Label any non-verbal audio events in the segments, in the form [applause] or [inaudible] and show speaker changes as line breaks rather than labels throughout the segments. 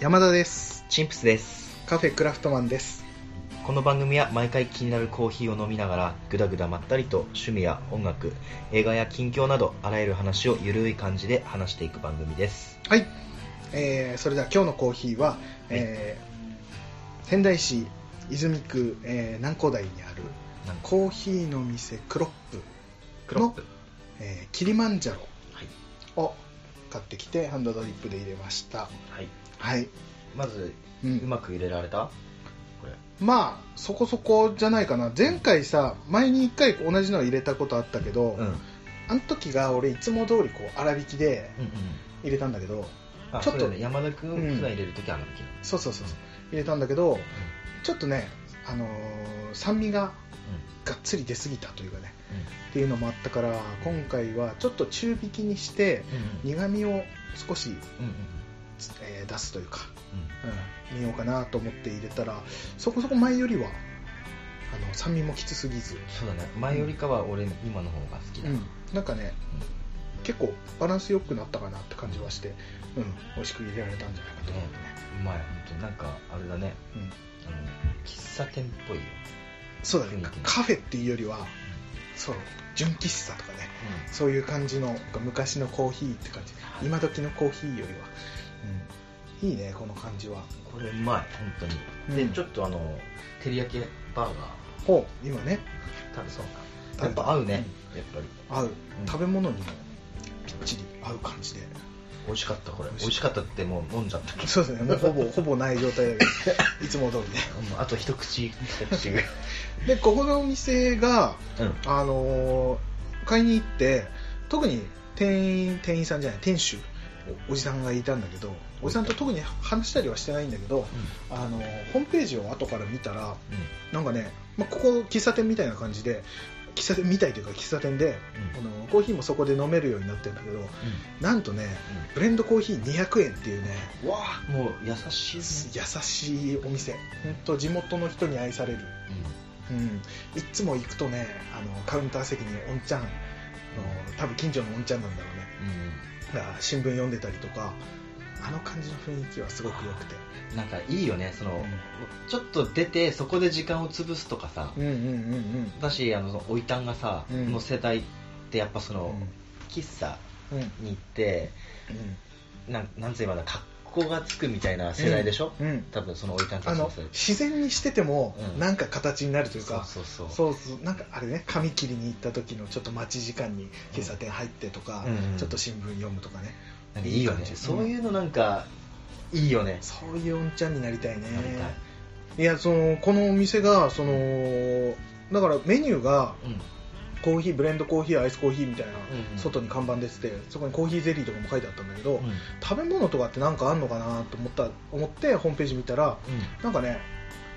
山田です
チンプスです
カフェクラフトマンです
この番組は毎回気になるコーヒーを飲みながらぐだぐだまったりと趣味や音楽映画や近況などあらゆる話をゆるい感じで話していく番組です
はい、えー、それでは今日のコーヒーは、えー仙台市泉区、えー南高台にある
なんか
コーヒーの店クロップ、
クロップ
えーキリマンジャ
はい、
ロを買ってきてハンドドリップで入れました
はい、
はい、
まず
う、
うんまく入れられたこれ
まあそこそこじゃないかな前回さ前に1回同じの入れたことあったけど、
うんうんうん
あの時が俺いつも通りこう粗引きで入れたんだけど
あ
ちょっと
そうだよね山田君
うん
普段入れるときあるんだけど
そうそうそうそう入れたんだけどちょっとね、あのー酸味ががっつり出すぎたというかねっていうのもあったから今回はちょっと中引きにして
うんうん
苦味を少し、
うんうんうん
えー出すというか、
う
う
ん
ん、見ようかなと思って入れたらそこそこ前よりはあの酸味もきつすぎず、
そうだね前よりかは俺今の方が好きだ、
うん、なんかね結構バランス良くなったかなって感じはして、うん、美味しく入れられたんじゃないかと思ってね、
うまい本当になんかあれだね
うん、
あの喫茶店っぽいよ、
そうだね
雰囲気ね
カフェっていうよりはそう純喫茶とかねそういう感じの昔のコーヒーって感じ今時のコーヒーよりは、うん、いいねこの感じは、
これうまい本当に、
うん
でちょっとあの照り焼きバーガー
ほう今ね
食べそう
食
かや
べ
ったぱ合うね、やっぱり
合う、
ん
食べ物にもぴっちり合う感じで
美味しかったこれ
美
美
味しい
味しかったってもう飲んじゃったけど
そうですねもう [laughs] ほぼほぼない状態 [laughs] だけどいつも通りね
うんあと一口一口 [laughs] ぐらい
でここのお店が
うん
あのー買いに行って特に店員店員さんじゃない店主おおじさんがいたんだけどおじさんと特に話したりはしてないんだけど、あのーホームページを後から見たら
うん
なんかね、まあ、ここ喫茶店みたいな感じで喫茶店みたいというか喫茶店で、
う
あ
ん
のコーヒーもそこで飲めるようになってるんだけどなんとねブレンドコーヒー200円っていうね
うんわあもう優しい
優
ね
しいお店本当地元の人に愛される、うん、いっつも行くとねあのカウンター席におんちゃんの多分近所のおんちゃんなんだろうね
うんうん
だから新聞読んでたりとかあの感じの雰囲気はすごく良くて、
なんかいいよねその、
う
ちょっと出てそこで時間を潰すとかさ、
うん、うんうんうん
だしあのそのおいたんがさ、
うん
の世代ってやっぱその、喫茶
うんうん
に行ってなんなんつうのかな格好がつくみたいな世代でしょ、
うんうん
多分そのおいたんた
あ
ち
の
の世代
自然にしてても
うん
なんか形になるという
そう
か、
そうそう
そうそうなんかあれね髪切りに行った時のちょっと待ち時間に喫茶店入ってとか、
うん
ちょっと新聞読むとかね、
なんかいいよ
いい感
ね
じ
そういうのなんかいいよね、
そういうおんちゃんになりたいね
なりたい
いやそのこのお店がそのだからメニューが
うん
コーヒーブレンドコーヒーアイスコーヒーみたいな、
うんうん
外に看板出ててそこにコーヒーゼリーとかも書いてあったんだけど、
うん
食べ物とかってなんかあんのかなと思った思ってホームページ見たらなんかね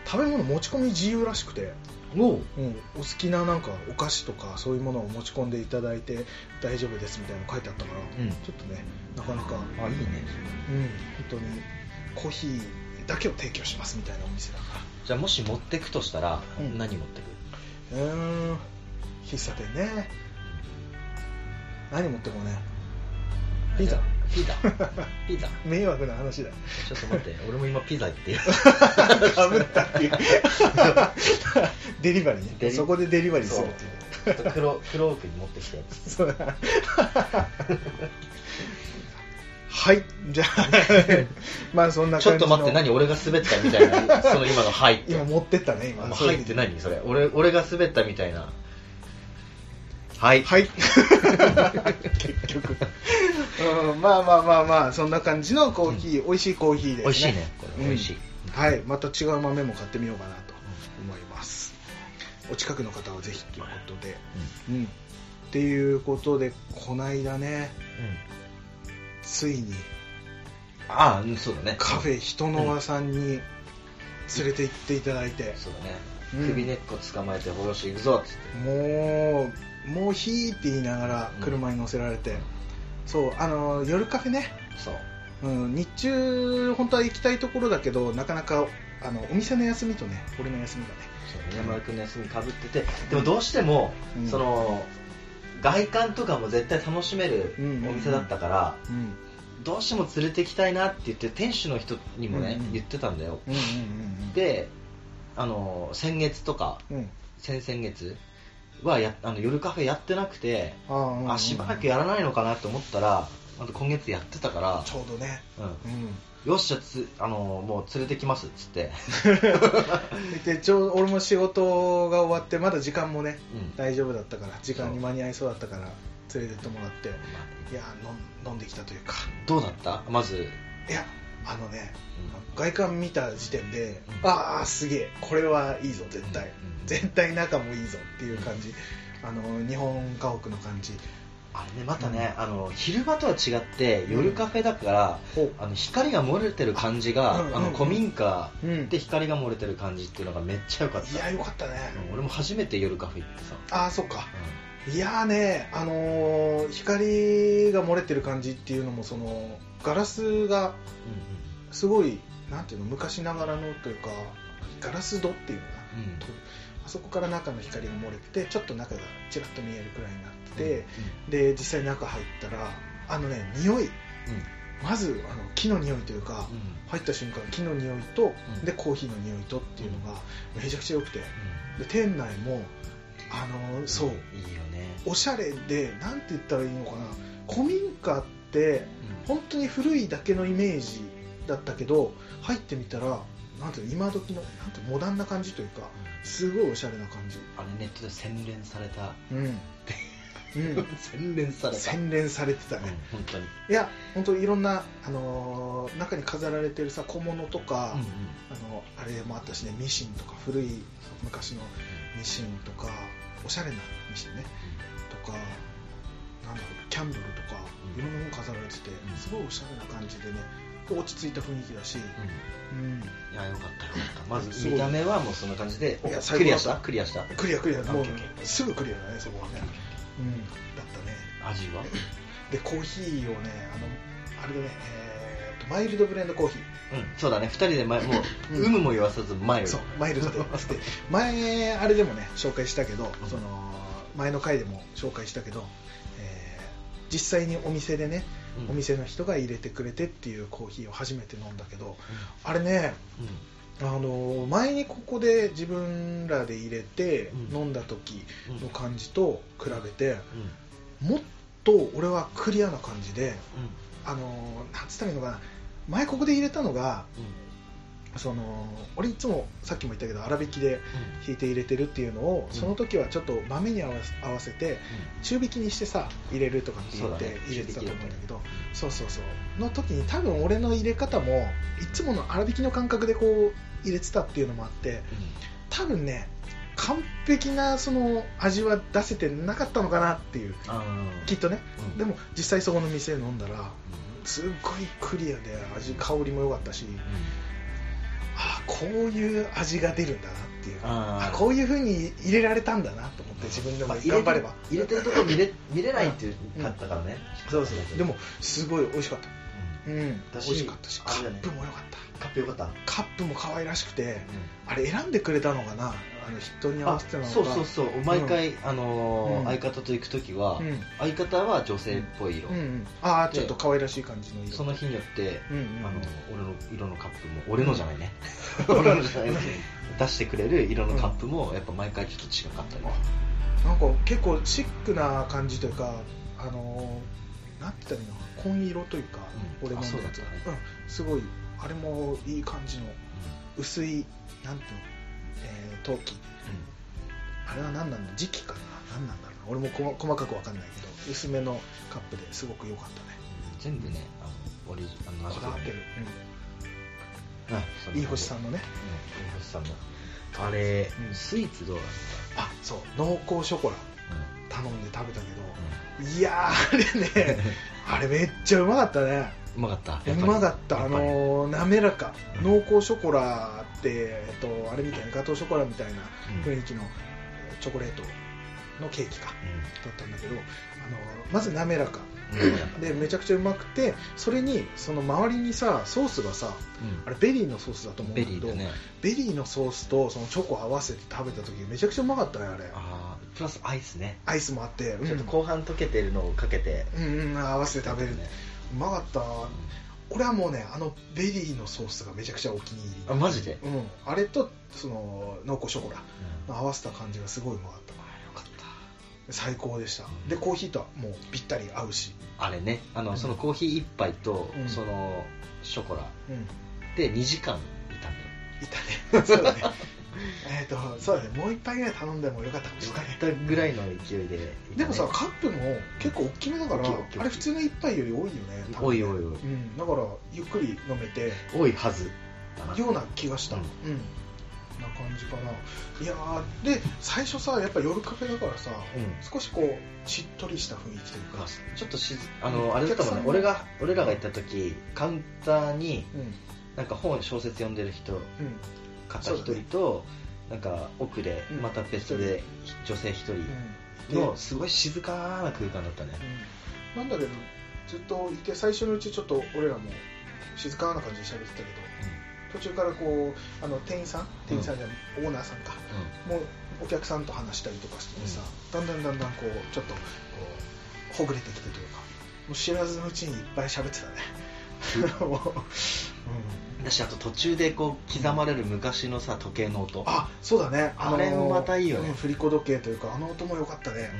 食べ物持ち込み自由らしくて、
うんおう
うん、お好きななんかお菓子とかそういうものを持ち込んでいただいて大丈夫ですみたいなの書いてあったから、
うん
ちょっとねなかなか、うん、
あいいね
本当にコーヒーだけを提供しますみたいなお店だから
じゃあもし持ってくとしたら、
うん
何持って
う
く
ーん喫茶店ね何持ってこうねピザ
ピ
[laughs]
ザピザ
迷惑な話だよ
ちょっと待って俺も今ピザって言う
かぶった
[laughs]
っていう [laughs] デリバリー
デ
ね
リ
そこでデリバリーするっていうね
ちょっと黒黒奥に持ってきて
そうだはいじゃ
[laughs]
あまあそんな
ちょ
感
っ
じの
と待って何俺が滑ったみたいなその今の「はい」って
今持ってったね
「
今
はい」って何それ俺俺が滑ったみたいな「はい」
はい結局、 [laughs] うん、まあまあまあまあそんな感じのコーヒー、美味しいコーヒーですね
[laughs] 美味しいねこ
う
れ
ん
美味しい、
はいまた違う豆も買ってみようかなと思いますお近くの方はぜひということでうんっていうことでこないだね
うん
ついに
ああうんそうだね
カフェ人の輪さんに連れて行っていただいて、
そうだね、
うん
首根っこ捕まえてほろし行くぞっつって
もうもうひーって言いながら車に乗せられて、そうあの夜カフェね、
そう
うん、日中本当は行きたいところだけどなかなかあのお店の休みとね俺の休みがね
そう山田君の休みかぶっててでもどうしても、
うん
その外観とかも絶対楽しめる
うんうんうん
お店だったから、
うん
どうしても連れてきたいなって言って店主の人にもね、
うん
言ってたんだよ
うんうん
であの先月とか
うんうんうん
先々月はやあの夜カフェやってなくて、
あーうんうん
あしばらくやらないのかなと思ったらあと今月やってたから
ちょうどね、
う、
うん
よっしゃつあのもう連れてきますっつ
[laughs]
って、
ん、でちょう俺も仕事が終わってまだ時間もね
うん
大丈夫だったから時間に間に合いそうだったから連れてってもらっていや飲ん飲んできたというか
どうだったまず、
いやあのね
う
外観見た時点で、
うん
ああすげえこれはいいぞ絶
ん
対、
うん
絶対仲もいいぞっていう感じ、あの日本家屋の感じ
あれねまたね、あの昼間とは違って夜カフェだから、
ほ
あの光が漏れてる感じが、
うん
あ
う
の
ん
古民家
う、うん、
で光が漏れてる感じっていうのがめっちゃ良かっ
い
た
やよかったね、
うん俺も初めて夜カフェ行ってさ、
ああそっかいやーねあのー光が漏れてる感じっていうのもそのガラスが
う
すごいなんていうの昔ながらのというかガラス戸っていうのかなん
うんうんうん
あそこから中の光が漏れててちょっと中がちらっと見えるくらいになって
うん
て、で実際中入ったらあのね匂いまずあの木の匂いというか、
うんうん
入った瞬間木の匂いと、
うん
でコーヒーの匂いとっていうのがめちゃくちゃ良くてで店内もあのーそう
いいよね、
おしゃれでなんて言ったらいいのかな古民家って本当に古いだけのイメージだったけど入ってみたらなんていうの今時のなんていうのモダンな感じというかすごいおしゃれな感じ
あれネットで洗練された、 [laughs]
うん、うん、
洗練された
洗練されてた
うん
ね、
本当に、
いや本当いろんな、あのー中に飾られてるさ小物とか、
うんうん
あのあれもあったしねミシンとか古い昔のミシンとかおしゃれなミシンねとかなんだろうキャンドルとか
うん
いろんなもの飾られてて、
うん
すごいおしゃれな感じでね落ち着いた雰囲気だし、
うん
うん、
いやよかったよかったま
す
ず
ごい
見た目はもうそんな感じで
いや
クリアし
最高だっ
た
た
クリアした
クリアクリアも
オッケーオッケ
うすぐクリアだねそこはね、うん、だったね
味は
でコーヒーをねあのあれだね、えーとマイルドブレンドコーヒー
うんそうだね2人で前もう
うん
有無も言わさず前よ
そうマイルドでして前あれでもね紹介したけど
うん
その前の回でも紹介したけど、えー実際にお店でね、
うん
お店の人が入れてくれてっていうコーヒーを初めて飲んだけどあれねあの前にここで自分らで入れて
うん
飲んだ時
うんうん
の感じと比べて
うんうん
もっと俺はクリアな感じであのなんつったらいいのかな前ここで入れたのが
うん
その俺いつもさっきも言ったけど粗挽きで
うん
引いて入れてるっていうのを
うん
その時はちょっと豆に合わせ合わせて中引きにしてさ入れるとかって言っ
そうだ
て
ね
入れてたと思うんだけど
中引きだったね
そうそうそうの時に多分俺の入れ方もいつもの粗挽きの感覚でこう入れてたっていうのもあって多分ね完璧なその味は出せてなかったのかなっていう
うんあー
きっとね
うん
でも実際そこの店飲んだらすっごいクリアで味香りも良かったし
う
ああこういう味が出るんだなっていうあ
あー
こういうふうに入れられたんだなと思って自分でも
まあ
頑張れば
入れてるとこ見れ見れないっていうかったからね
そうそうでもすごい美味しかった
う
うん美
だし
味しかったしカ
あれだ
ッ
ね
プも良かった
んカップよかった
カップも可愛らしくてあれ選んでくれたのかなあの人に合わせてなのか
そうそうそう毎回、あのー
うん
相方と行く時は、
うん
相方は女性っぽい色、
うんうんああちょっと可愛らしい感じの色
その日によって、
うんう
あ
ん
の俺の色のカップも俺のじゃないね俺のじゃない出してくれる色のカップもやっぱ毎回ちょっと違かったり、
なんか結構シックな感じというかあのーなんて言ったらいいの紺色というか
うん
俺のやつ
あそうだったね
うんすごいあれもいい感じの薄いなんていうの、えー陶器あれは何なんだ時期かな何なんだろうな俺もこま細かく分かんないけど薄めのカップですごく良かったね
全部ねあのオリジあの
こだわってる、
はい
うん
そんな感じ
いい星さんのね
うんいい星さんのあれ、
うん
スイーツどうだっ
あそう濃厚ショコラ
た、うん
頼んで食べたけどいやーあ
[laughs]
れねあれめっちゃうまかったね
うまかったやっぱ
う
り
まかった
や
あ
ぱり
のー滑らか
うん
濃厚ショコラって、えっと、あれみたいなガトーショコラみたいな
うん
雰囲気のチョコレートのケーキか
うん
だったんだけどあのまず滑らか
うん
でめちゃくちゃうまくてそれにその周りにさソースがさあ
う
れベリーのソースだと思
ん、
うんだけ
ベリー
どベ
だ
リ,、
ね
ーのソースとそのチョコ合わせて食べた時めちゃくちゃうまかったねあれ
あープラスアイスね、
アイスもあって、うん、
ちょっと後半溶けてるのをかけて
うんうん合わせて食べる、
ね
うまかった俺はもうねあのベリーのソースがめちゃくちゃお気に
あ
入
マジで、
りうんあれとその濃厚ショコラ
うん
の合わせた感じがすごいうまかった
よかっ
最高でしたでコーヒーとはもうぴったり合うし、
たあれねあの、
うん
そのコーヒー一杯と、
うん
そのショコラ
うん、い
で2時間いたん
たねそうだね [laughs] えっとそうだねもう一杯ぐらい頼んでもよかったかもしれない
だよぐらいの勢いでいたね、
でもさカップも結構大きめだから
大きい大きい
あれ普通の一杯より多いよね多分
おいおいおい
うん、だからゆっくり飲めて
多いはずだな
ような気がした、
う
うんんな感じかないやーで最初さやっぱ夜カフェだからさ、
うん
少しこうしっとりした雰囲気というか、
ちょっとしずあのあれだったもんね
お客さん
俺が俺らが行った時カウンターに
うん
なんか本小説読んでる人
うん
方一人と、なんか奥で
うん
また別で女性一人
うん
のすごい静かな空間だったね
うんなんだけどずっといて最初のうちちょっと俺らも静かな感じで喋ってたけど途中からこうあの店員さん店員さんじゃない、オーナーさんかもうお客さんと話したりとかしててさ、だんだんだんだんこうちょっとこうほぐれてきてというかもう知らずのうちにいっぱい喋ってたね [laughs] もう、うん、
うんだしあと途中でこう刻まれる昔のさ時計の音
あそうだね
あれもまたいいよね
うん振り子時計というかあの音も良かった
う
ね
ん、本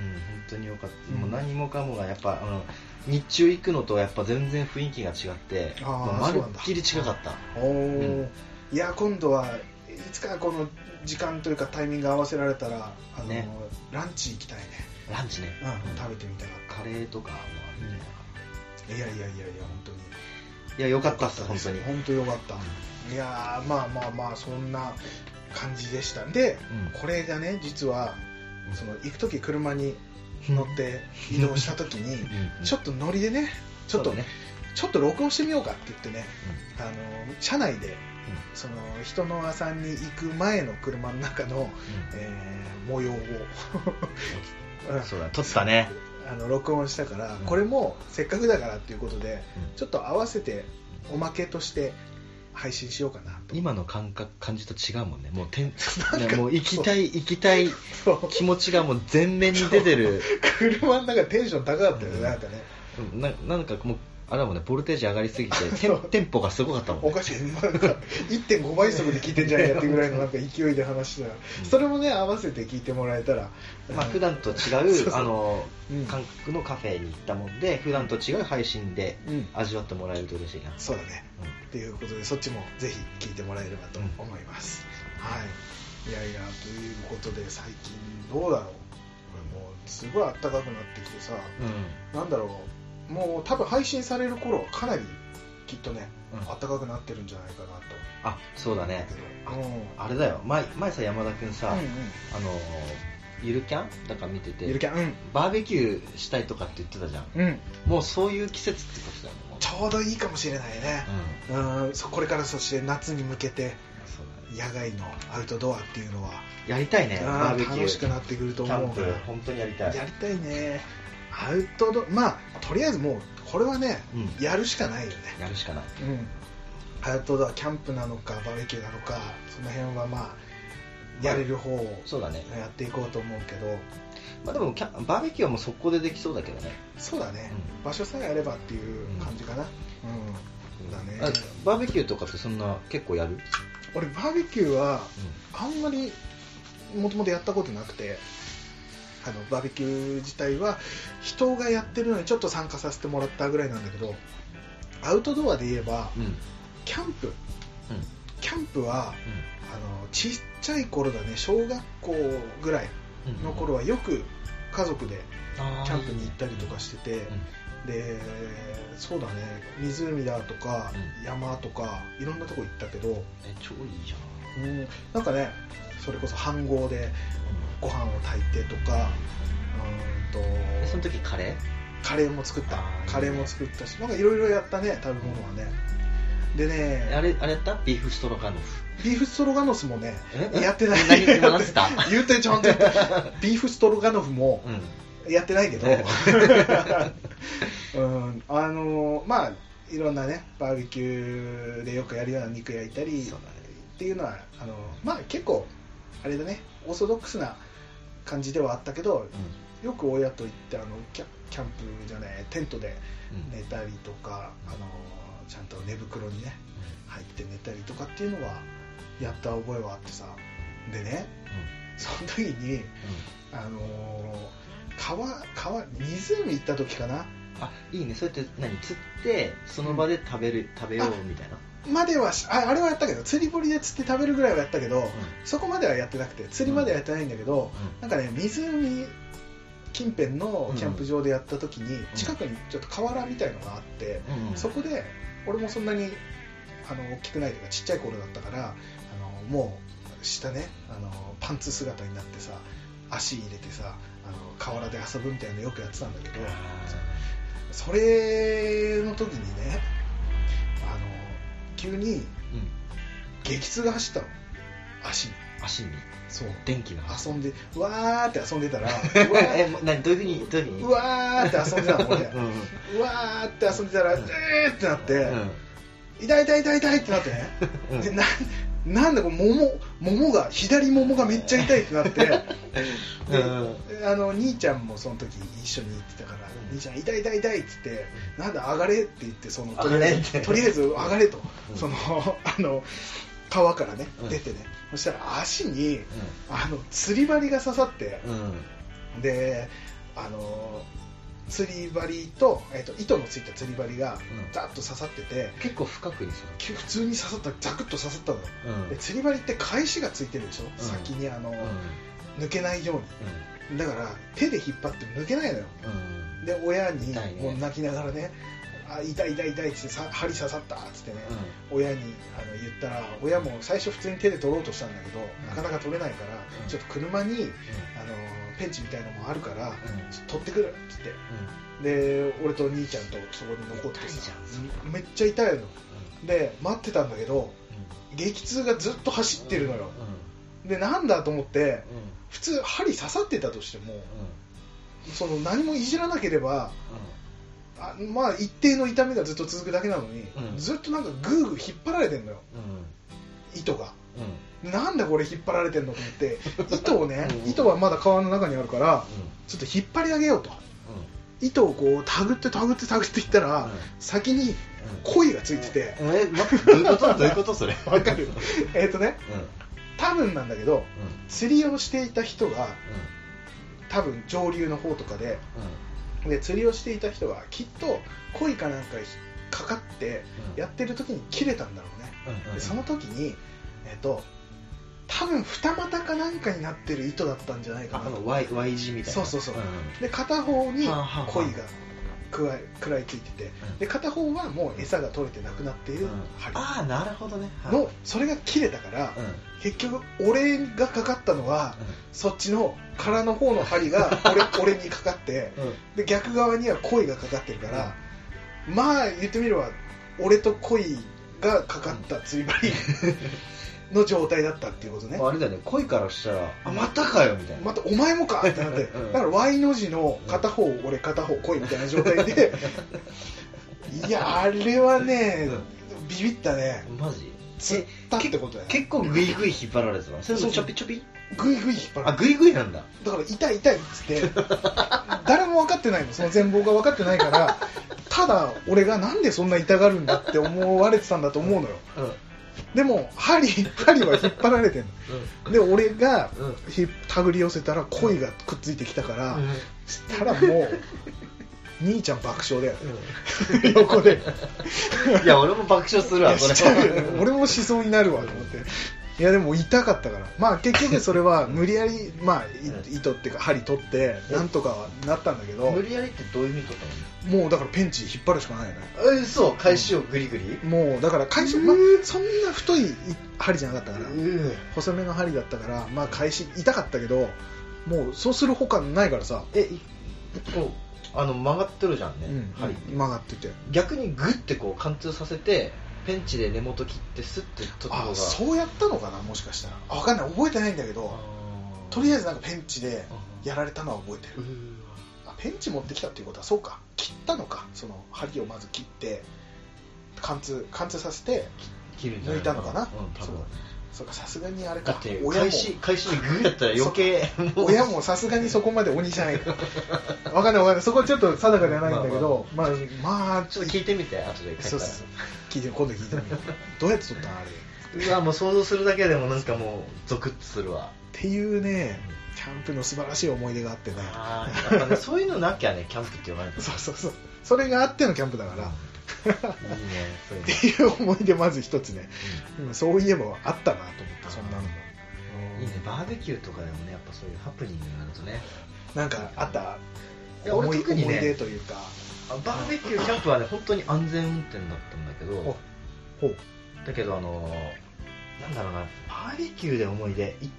当によかった、
うん
もう何もかもがやっぱあの日中行くのとやっぱ全然雰囲気が違って
あー
もうまる
そう
っ
なんだ
きり違かった
おお、
うん
いや今度はいつかこの時間というかタイミング合わせられたらあの、
ね
ランチ行きたいね、
ランチね、
うん、食べてみたかっ
カレーとかもあるんじゃないかな
たいやいやいやいや本当に
いやよかったっす本当に
本当よかったいやーまあまあまあそんな感じでしたでこれがね実はその行く時車に乗って移動した時にちょ
っ
っと乗りでねちょっと、ちょっと録音してみようかって言ってね、あの車内で、その人の和さんに行く前の車の中の、えー模様 [laughs] をうん
そうだ撮ってたね
あの録音したから、
うん
これもせっかくだからっていうことで、
うん
ちょっと合わせておまけとして配信しようかなと
今の感覚感じと違うもんねもうてん
なんか
もう行きたい行きたい
そう
気持ちがもう全面に出てる
車の中テンション高かったよね、
うん
なんかね
ななんかもうあれだもんねボルテージ上がりすぎてテ
そ
ン
う
テンポがすごかったも
お
んね
かしいなんか1.5倍速で聞いてんじゃないかっていうぐらいのなんか勢いで話してたら、
うん
それもね合わせて聞いてもらえたら、
まあ
うん
普段と
そう
違
そう
うあの
うん
韓国のカフェに行ったもんで普段と違う配信で
うん
味わってもらえると嬉しいな
そうだね
う
っていうことでそっちもぜひ聞いてもらえればと思います、はいいやいやということで最近どうだろう俺もうすごい暖かくなってきてさ
ん
なんだろうもう多分配信される頃はかなりきっとね
うん
暖かくなってるんじゃないかなと
あそうだね
思うけど、うん
あれだよ前前さ山田君さ、
うんうん
あのーゆるキャンだから見てて
ゆるキャン
バーベキューしたいとかって言ってたじゃん
うん、うん、
もうそういう季節ってことだよねもう
ちょうどいいかもしれないね、
うん
うん、そこれからそして夏に向けて
そうだね
野外のアウトドアっていうのは、
やりたいね
あ
バー
ー
ベキュー
楽しくなってくると思う
キ
か
ャン
ら
プ本当にやりたい
やりたいねアウトドまあとりあえずもうこれはね
うん
やるしかないよね
やるしかない
うんアウトドアキャンプなのかバーベキューなのかその辺はまあやれる方を
そうだね、
やっていこうと思うけど
まあ、でもキャンバーベキューはもう速攻でできそうだけどね、
そうだね、場所さえあればっていう感じかなうん、だね
あバーベキューとかってそんな結構やる、
俺バーベキューはあんまりもともとやったことなくてあのバーベキュー自体は人がやってるのにちょっと参加させてもらったぐらいなんだけどアウトドアで言えば
うんうん
キャンプ
うん
キャンプはあのちっちゃい頃だね小学校ぐらい
うん
の頃はよく家族でキャンプに行ったりとか
し
してて、でそうだね湖だとか
う
山とかいろんなとこ行ったけど、
え超いいじゃ
う
ん
ん、なんかねそれこそ飯盒でご飯を炊いてとかうーんと
えその時カレー
カレーも作った
あーいいね
カレーも作ったしなんかいろいろやったね食べ物はねでね
あれあれやったビーフストロガノフ
ビーフストロガノフもね
え
やってない
何言ってた
[laughs] 言うてちゃんと言ったビーフストロガノフも
うん
やってないけどうんあのーまあいろんなねバーベキューでよくやるような肉焼いたり
そうだね
っていうのはあのまあ結構あれだねオーソドックスな感じではあったけどよく親と行ってあのキャキャンプじゃないテントで
うん
寝たりとか、あのちゃんと寝袋にね入って寝たりとかっていうのはやった覚えはあってさでねその時にあの川川湖行った時かな
あいいねそうやって何釣ってその場で食べる、食べようみたいな、
まではしああれはやったけど釣り堀で釣って食べるぐらいはやったけど、
うん
そこまではやってなくて釣りまではやってないんだけど、なんかね湖近辺のキャンプ場でやった時に、近くにちょっと河原みたいのがあって、
うんうん
そこで俺もそんなにあの大きくないというかちっちゃい頃だったからあのもう下ねあのパンツ姿になってさ足入れてさあの河原で遊ぶみたいなのよくやってたんだけどそれの時にねあの急に
うん
激痛が走ったの足に
足に
そう
電気の
遊んでうわーって遊んで
[laughs]
たらうわー
えもう何どういうふうにどういうふうに
うわーって遊んでたの俺
うんうん
うわーって遊んでたら
う
うんーってなっ
う
て
ん
痛い痛い痛い痛いってなってね
うん
でななんだこれ桃桃が左桃がめっちゃ痛いってなって
[laughs]
で
うん
であの兄ちゃんもその時一緒に行ってたから、
ん
兄ちゃん痛い痛い痛いっつって、なんだ上がれって言ってそのとり
上
あ
がれ
え
っ
ず
て
とりあえず上がれと、
うん
その [laughs] あの川からね
うん
出てね、そしたら足にあの釣り針が刺さって、
うんうん
であの釣り針と,、えっと糸のついた釣り針が
うん
ザッと刺さってて、
結構深くにさ、
き普通に刺さったザクッと刺さったのよ
うんうん
で釣り針って返しがついてるでしょ、
ん
先にあの、
うん
抜けないようにだから手で引っ張っても抜けないのよ
うん
で親に
痛いね
もう泣きながらねあ痛い痛い痛いっつってさ針刺さったっつってね、親にあの言ったら親も最初普通に手で取ろうとしたんだけど、
ん
なかなか取れないから、
うん
ちょっと車にあのペンチみたいのもあるから、ちょっと取ってくるっつってで俺と兄ちゃんとそこに残って
痛いじ
さ
ゃ
めっちゃ痛いので待ってたんだけど激痛がずっと走ってるのよ、でなんだと思って普通針刺さってたとしてもその何もいじらなければあまあ一定の痛みがずっと続くだけなのに、
うん
ずっとなんかグーグー引っ張られてんのよ糸がなんだこれ引っ張られてんのと思って
[laughs]
糸をね
うん
糸はまだ川の中にあるからちょっと引っ張り上げようと糸をこうたぐってたぐってたぐっていったら、先に鯉がついてて、
え、ま、どういうことどういうことそれ。
わかるえっとね
うん。うん。
多分なんだけど釣りをしていた人が多分上流の方とかでで釣りをしていた人はきっと恋かなんかに引っかかって
うん。
やってる時に切れたんだろうね、でその時にえっ、と多分二股かなんかになってる糸だったんじゃないか
あ
な
の Y Y 字みたいな。
で片方に
はあはあ
恋がくわえ食らいついてて
うん
で片方はもう餌が取れてなくなっている針
ああ、なるほどね。
のそれが切れたから
うん。
結局俺がかかったのはそっちの殻の方の針が
[laughs]
俺俺にかかってで逆側には恋がかかってるから、まあ言ってみれば俺と恋がかかった釣り [laughs] 針の状態だったっていうことね
あれだね、恋からしたら、あ、またかよみたいな。
またお前もかってなってだ
うん
から Y の字の片方俺片方恋みたいな状態 [laughs] でいやあれはねビビったね
マジ
釣ったってことだよ
結構グイグイ引っ張られてたのそれともちょぴちょぴ
グイグイ引っ張
あ、
る
グイグイなんだ。
だから痛い痛いっつって誰も分かってないのその全貌が分かってないからただ俺がなんでそんな痛がるんだって思われてたんだと思うのよ
うん。うん。
でも針針は引っ張られてんので俺が
うん。
ひ手繰り寄せたら鯉がくっついてきたから、したらもう兄ちゃん爆笑だよ [laughs] 横で
[laughs] いや、俺も爆笑するわ、
いや
それ
しちゃうよね [laughs] 俺もしそうになるわと思っていやでも痛かったからまあ結局それは無理やりまあい
うん
糸っていうか針取ってなんとかはなったんだけど
無理やりってどういう意味とったの
もうだからペンチ引っ張るしかないね
えそう返しをグリグリ
もうだから返し、まあ、そんな太い針じゃなかったから
うん
細めの針だったからまあ返し痛かったけどもうそうするほかないからさ、
えいこうあの曲がってるじゃんね、
うん
針って
曲がってて
逆にグッてこう貫通させてペンチで根元切ってスッて取った方
あ
が
そうやったのかなもしかしたらあ分かんない覚えてないんだけどとりあえずなんかペンチでやられたのは覚えて
う
る
ん
あペンチ持ってきたっていうことはそうか切ったのかその針をまず切って貫通貫通させて
切るんじゃない
抜いたのかな
うん
そ
多
う
分
そうかさすがにあれ
だ
か
って
親も
開始開始にグーやったら余計もう
親もさすがにそこまで鬼じゃないかわかんないわかんないそこはちょっと定かではないんだけど [laughs] まあまあ
ちょっと聞いてみて後で帰
そう
っ
そうそう聞いて今度聞いてみよ
[laughs]
うどうやって撮ったのあれった
らうわもう想像するだけでもなんかもうゾクッとするわ
ていうねキャンプの素晴らしい思い出があってね
あーやっぱねそういうのなきゃねキャンプって言わないとい
そうそうそうそれがあってのキャンプだからっ
いねそういうの
ていう思い出まず一つね、うんそういえばあったなと思ったそんなのも、うん
いいねバーベキューとかでもねやっぱそういうハプニングになるとね
なんかあった
いや俺
思い,、
特にね
思い出というか
あバーベ [laughs] キューキャンプはね本当に安全運転だったんだけど
おほう
だけどあのなんだろうなバーベキューで思い出い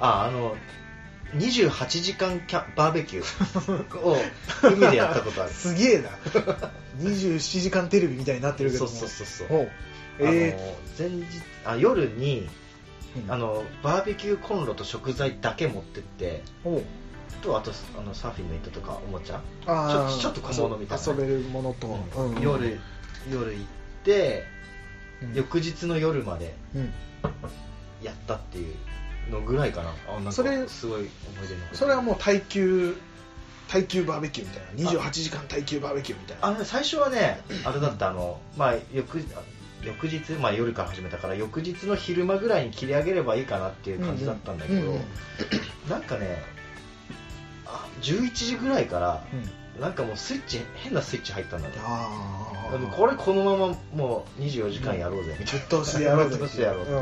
ああの28時間キャンバーベキュ [laughs] ーを海でやったことある
すげえ
[laughs]
な27時間テレビみたいになってるけど
そう
も
そうそうそう
ほうえ
あの前日あ夜に
ーうん
あのバーベキューコンロと食材だけ持ってって
ほう
とあとあのサーフィンの糸とかおもちゃ、
あー
ちょっと小物みたいな
遊べるものと、うんうん
夜夜行って、
うん
翌日の夜まで
うん
やったっていうのぐらいかなあなんか
それ
すごい思い出の
それはもう耐久耐久バーベキューみたいな28時間耐久バーベキューみたいな
あのね最初はねあれだったあのまあ翌あ翌日、まあ、夜から始めたから翌日の昼間ぐらいに切り上げればいいかなっていう感じだったんだけど、
うんうん
なんかねあ11時ぐらいからなんかもうスイッチ変なスイッチ入ったんだね
あ
でも
あ
これこのままもう24時間やろうぜみた
ぶ
い
っ通しでやろうぜ
ぶっ通しでやろうぜな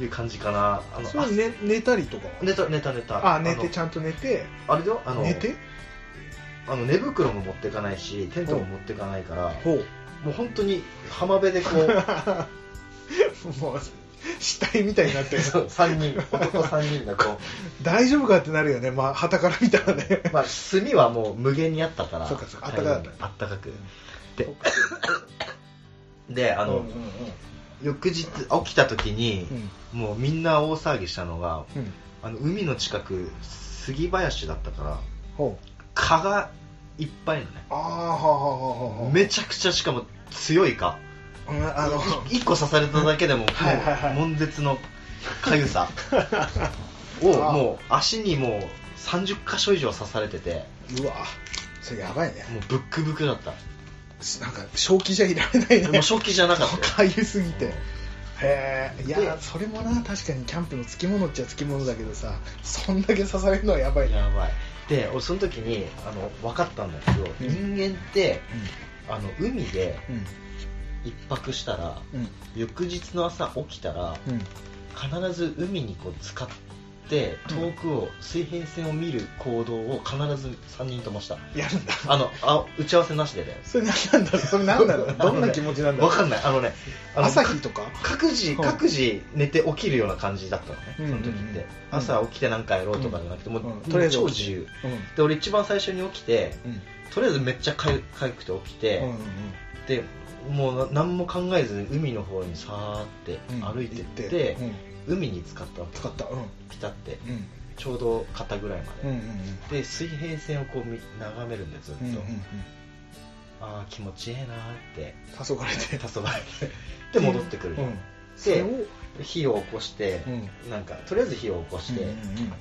いう感じかなあ
うん、
の
それ
あ
寝寝たりとかは
寝た寝た寝た
あ寝
の
てちゃんと寝て
あれだよあの
寝て
あの寝袋も持ってかないしテントも持ってかないから
ほう
もう本当に浜辺でこう
[laughs] もう死体みたいになって
そう3人男3人がこ
大丈夫かってなるよねまあはたから見たらね [laughs]
う、まあ、炭はもう無限にあったから
そうかそうかあったかかった
あったかくで
そう
であ
あう
の、
んうん
翌日起きた時に、
うん
もうみんな大騒ぎしたのが
うん
あの海の近く杉林だったから
ほう
蚊がいっぱいのね
ああはあはあはあはあ
めちゃくちゃしかも強い蚊
うんあの
1個刺されただけでももう
はいはいはい
悶絶のか
[laughs]
ゆさを
あ
もう足にもう30箇所以上刺されてて
うわそれやばいね
もうブックブクだった
なんか正気じゃいられない
もう
ね
初期じゃなかったよ
かゆすぎてへえいや
で
それもな確かにキャンプのつきものっちゃつきものだけどさそんだけ刺されるのはやばいな
やばいで俺その時にあの分かったんだけど、
ん
人間ってあの海で
うん
一泊したら
うん
翌日の朝起きたら
うん
必ず海にこう使って遠くを水平線を見る行動を必ず3人ともした
やるんだ
あのあ打ち合わせなしでだよ
それ何なんだろうそれ何だろう [laughs] どんな気持ちなんだろ
わ
う
かんないあのねあの
朝日とか
各自
うん
各自寝て起きるような感じだったのね、
うんうんうん
その時って朝起きてなんかやろうとかじゃなくて、もう
うん
も
とりあえ
う
ず
超自由
うん
で俺一番最初に起きて
うん
とりあえずめっちゃかゆかゆくて起きて、
うんうん
でもうな何も考えずに海の方にさーって
うん
歩いてっ
行
て、
うん
海に浸かったわけ
使ったうん
ピタって
うん
ちょうど肩ぐらいま
う
で、
んうん
で水平線をこう見眺めるんでずっ
う
と、
んうんうん
ああ気持ちええなーって
黄昏れて
黄昏 [laughs] で戻ってくる、
うんそれ
で
を
火を起こして
う、ん
なんかとりあえず火を起こして、
うんうん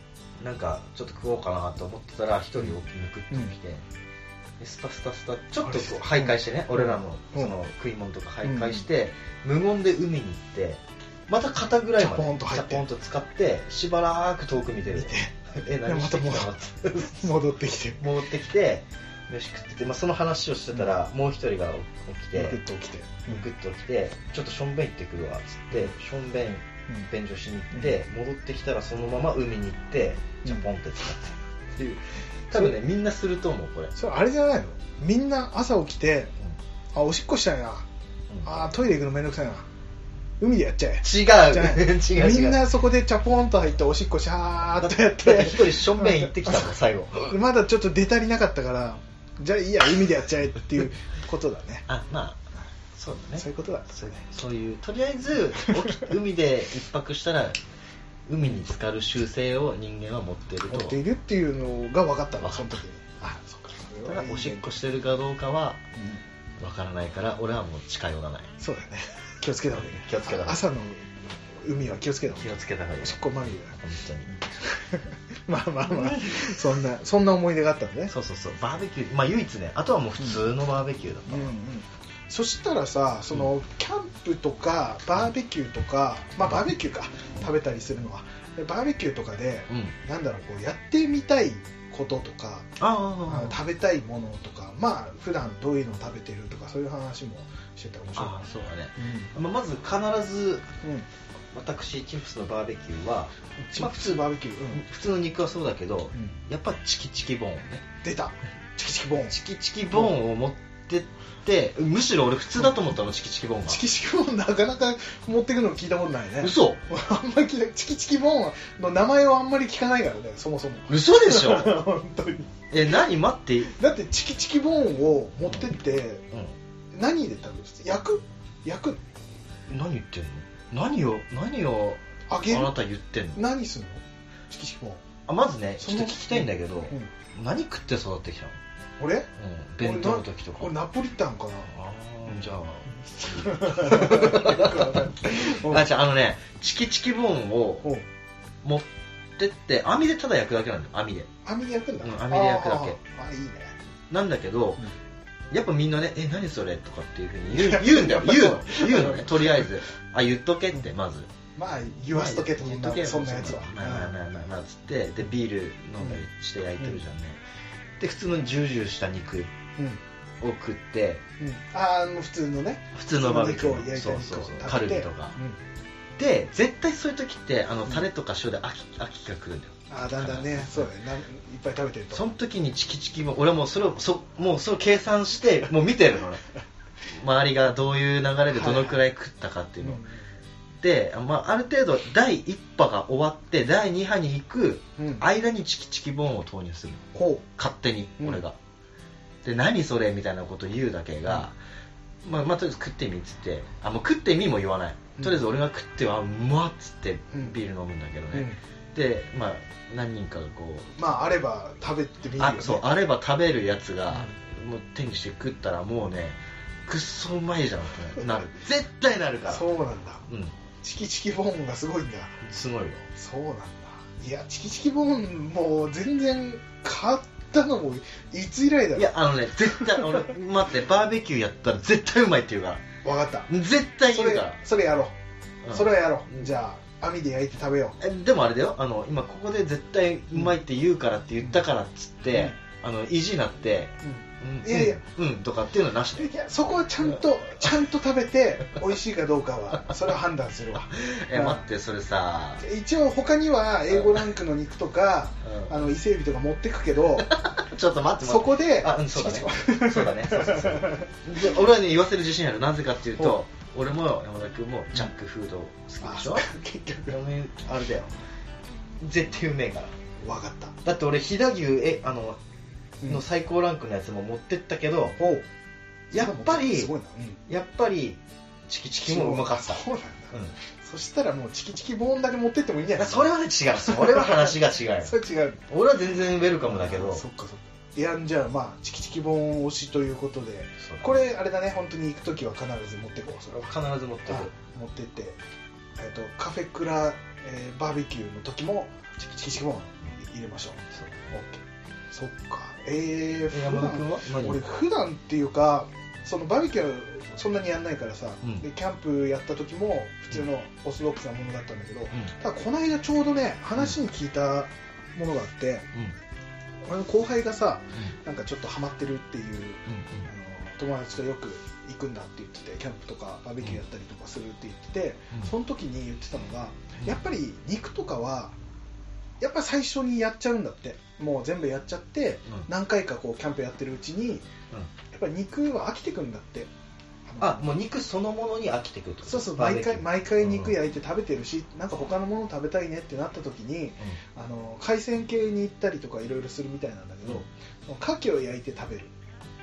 なんかちょっと食おうかなと思ってたら一人起きむくってきて、でスタスタスタちょっとこう徘徊してね、
うん
俺らの
うん
その食い物とか徘徊して、無言で海に行ってまた肩ぐらいまで
チャポンと入って
チャポンと使ってしばらーく遠く見てる
見て
え何してき
いや
たの
ま
って
うん戻ってきて
戻ってきて飯食ってて、まあ、その話をしてたら、もう一人が起き
グ
て
ッと起きて
むくっと起きてちょっとしょんべん行ってくるわっつってしょんべん便所しに行って、戻ってきたらそのまま海に行って
うん
ジャポンって使ってっていう多分ねみんなすると思うこれ、うん
それあれじゃないのみんな朝起きてあおしっこしたいなあートイレ行くのめんどくさいな海でやっちゃえじゃない
[laughs] 違う違う違う
みんなそこでチャポンと入っておしっこシャーっとやっ
だって
て
一人しょんべん行ってきたもん最後
まだちょっと出足りなかったからじゃあいいや海でやっちゃえっていうことだね
あまあそうだね
そういうことだね
そうそういうとりあえず起き海で一泊したら海に浸かる習性を人間は持っていると
持っているっていうのが分かったの
分か
そ
っ
の
た
時にあそっかそ
た
れ
だ
は
おしっこしてるかどうかは
うん
わからないから俺はもう近寄らない
そうだね気をつけた方がいいね
気をつけた方がいい
朝の海は気をつけた方がい
気をつけた方がいい
い
よ
おしっこまみれだ
本当に
[laughs] まあまあまあそんなそんな思い出があったのね
そうそうそうバーベキューまあ唯一ねあとはもう普通のバーベキューだっ
う
た
んう
の、
んそしたらさその、キャンプとかバーベキューとかまあバーベキューか食べたりするのはでバーベキューとかで
うん
なんだろうこうやってみたいこととか、あ
あ
の
あ
食べたいものとかまあ普段どういうの食べてるとかそういう話もしてたら面白い
ああそうだね、
う
まあ、まず必ず
んうん
私チンプスのバーベキューは、
チップスバーベキュー、うん
普通の肉はそうだけど
うん
やっぱチキチキボーンね
出 [laughs] たチキチキボンチ
チキチキボーンを持ってってむしろ俺普通だと思ったのチキチキボーンが
キチキボンなかなか持ってくの聞いたことないね
嘘
あんまり聞いたチキチキボンの名前をあんまり聞かないからねそもそも
嘘でし [laughs] ょ
[laughs] 本当に
え何待って、うん、
だってチキチキボンを持ってって何入れたの焼く焼く
何言ってんの何を何を
揚げ
あ
る
なた言ってんの
何すんのチキチキボン、
あまずねちょっ
そ
と
の
聞きたいんだけど、
うん、
何食って育ってきたの、
俺
うん、弁当の時とか
俺ナポリタンかな
あーじゃ [laughs]
う
ああじゃああのねチキチキボーンを
おう
持ってって網でただ焼くだけなんだよ網で
網で焼くんだ、
うん網で焼く
あ
だけ
ーあーいいね
なんだけど、やっぱみんなね「え何それ?」とかっていうふうに言う言うんだよ言うの言
[laughs]
うのねとりあえずあ言っとけってまず
まあ言わしとけとそん
言っとけ
なそんなやつは、
まあまあまあまあまあつってでビール飲んだりして焼いてるじゃんね、で普通のジュージューした肉を
うん
食って
うん、あーあの普通のね
普通のバーベキュ
普通の肉を
ー
焼いた
そ
肉
う
を
そうそ
食べて
うカルビとかで絶対そういう時ってあのタレとか塩で秋秋が来るんだよ
ああだんだんねそうだねなんいっぱい食べてると
その時にチキチキも俺はもうそれをそもうそれを計算してもう見てる
[laughs]
のね周りがどういう流れでどのくらい食ったかっていうのを、で、まあ、ある程度第1波が終わって第2波に行く
うんうん
間にチキチキボーンを投入するの
ほ
勝手に俺が、で何それみたいなこと言うだけが、まあまあ、とりあえず食ってみっつってあもう食ってみも言わな
う
い、
ん
とりあえず俺が食ってはうまっつって
うん
ビール飲むんだけど
う、う
ね、
ん、
でまあ何人かがこう
まああれば食べてみるよ、
あ
ね、
そうあれば食べるやつが、もう手にして食ったらもうねくっそうまいじゃんって
[laughs]
なる絶対なるから
そうなんだ
うん
チキチキボーンがすごいんだ
すごいよ
そうなんだいやチキチキボーンもう全然買ったのもいつ以来だろ
いやあのね絶対俺待ってバーベキューやったら絶対うまいって言うか
分かった
ら絶対
そ
言う
れ
から
それやろう、
うん
それはやろうじゃあ網で焼いて食べよ
えでもあれだよあの今ここで絶対うまいって言うからって言ったからっつって、あの意地になって
う、うん
「うん
いやいや
うんうん」とかっていうのはなしだよ
いやそこはちゃんとちゃんと食べて美味しいかどうか
[laughs]
はそれは判断するわ
え待ってそれさ、
一応他には A5 ランクの肉とか
うん
あの伊勢海老とか持ってくけ
[laughs]
ど
ちょっと待って待って
そこで
[laughs] あうんそうだねそうだねそうそうそうで俺はね言わせる自信あるなぜかっていうと俺も山田君もジャンクフード好きでしょ
あ結局
俺もあれだよ絶対うめえから
分かった
だって俺飛騨牛えあの
うん
の最高ランクのやつも持ってったけど、
おう
やっぱり
すごいな、うん
やっぱりチキチキもうまかった
そうなんだ、
う
そしたらもうチキチキボーンだけ持ってってもいいんじゃ
ん
ない
それはね違うそれは話が違うよ
[laughs] それ違う
俺は全然ウェルカムだけど
そっかそっかいやじゃあまあチキチキボーン推しということで
そうだ
これあれだね本当に行く時は必ず持ってこうそれは
必ず持ってく
持ってって、えっとカフェクラ、えーバーベキューの時もチキチキボーン入れましょう
そう
オッケーそっかえー、
え
普
山田君
段
は何
俺普段っていうかそのバーベキューそんなにやんないからさ、
うん
でキャンプやった時も普通のオーソドックスなものだったんだけど、
うん
ただこの間ちょうどね話に聞いたものがあって、
うん
俺の後輩がさ
うん
なんかちょっとハマってるっていうあ
う
の友達とよく行くんだって言っててキャンプとかバーベキューやったりとかするって言ってて、
うん
その時に言ってたのが
うん
やっぱり肉とかはやっぱり最初にやっちゃうんだってもう全部やっちゃって
んうん
何回かこうキャンプやってるうちにやっぱり肉は飽きてくんだっての
あもう肉そのものに飽きてくるってこと
そうそう
バ
毎
ーベキュー
回毎回肉焼いて食べてるし、なんか他のもの食べたいねってなった時にあの海鮮系に行ったりとかいろいろするみたいなんだけど、牡蠣を焼いて食べる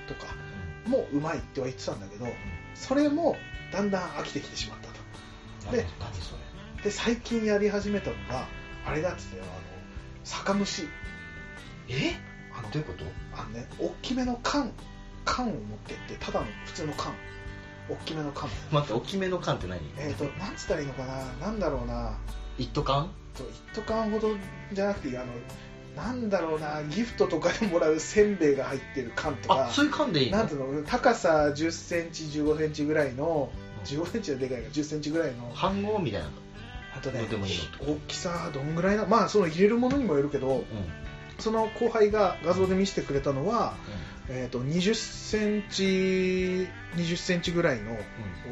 とかもううまいっては言ってたんだけどそれもだんだん飽きてきてしまったと
うんうんうん
で
何それ
で最近やり始めたのがあれだっつってよあの酒蒸し
え
あの
どういうこと
あのね大きめの缶缶を持ってってただの普通の缶大きめの缶
待って大きめの缶って何
えっ、となんつったらいいのかななんだろうな
一斗缶
と一斗缶ほどじゃなくてあのなんだろうなギフトとかでもらうせんべいが入ってる缶と
あ
か
そういう缶でいいの
なんていうの高さ1 0ンチ1 5ンチぐらいの1 5ンチはでかいから1 0ンチぐらいの
飯盒みたいなの
あとね
どうでもいいの
大きさどんぐらいなまあその入れるものにもよるけど
うん
その後輩が画像で見せてくれたのは、えー、と2 0ンチ2 0ンチぐらいの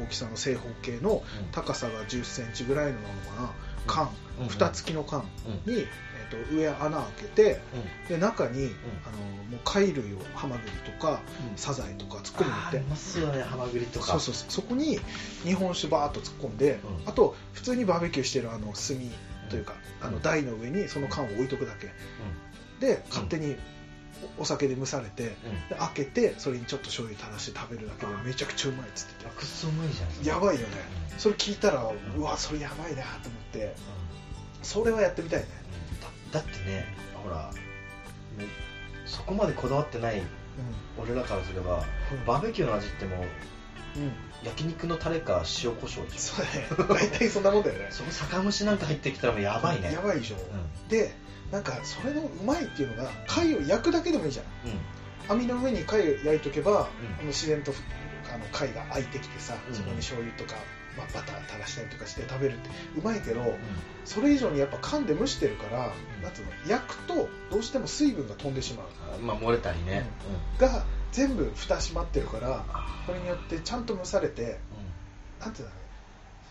大きさの正方形の
うん
高さが1 0ンチぐらいのなのかな缶、
うん
蓋付きの缶
うん
に、えー、と上穴開けてで中に、あのもう貝類をハマグリとか
うん
サザエとか突っ込んで
あ
い
ー
て
ありますよねハマグリとか
そうそうそうそこに日本酒バーッと突っ込んで、
うん
あと普通にバーベキューしてるあの炭というか、
うん
あの台の上にその缶を置いとくだけで勝手におお酒で蒸されて
うん、うん
で開けてそれにちょっと醤油垂らして食べるだけでめちゃくちゃうまいっつって
あくっそうまいじゃんそ
て
れ
やばいよね
うん
それ聞いたらうわそれやばいなと思ってそれはやってみたいね
だだってねほらねそこまでこだわってない俺らからすれば
うん
バーベキューの味ってもう
うん、うん、
焼肉のタレか塩コショウでしょ
そうだね大体そんなもんだよね
そこ酒蒸しなんか入ってきたらもうやばいね
やばいでしょ、
うんうん
でなんかそれのうまいっていうのが貝を焼くだけでもいいじゃん網の上に貝を焼いとけば、
うん
あの自然とあの貝が開いてきてさ
うん
そこに醤油とか、まあ、バター垂らしたりとかして食べるってうまいけど
う
それ以上にやっぱ噛んで蒸してるから、
うん
なんつうの焼くとどうしても水分が飛んでしまうん
あまあ漏れたりね
が全部蓋閉まってるから
あ
これによってちゃんと蒸されて
う
なんていう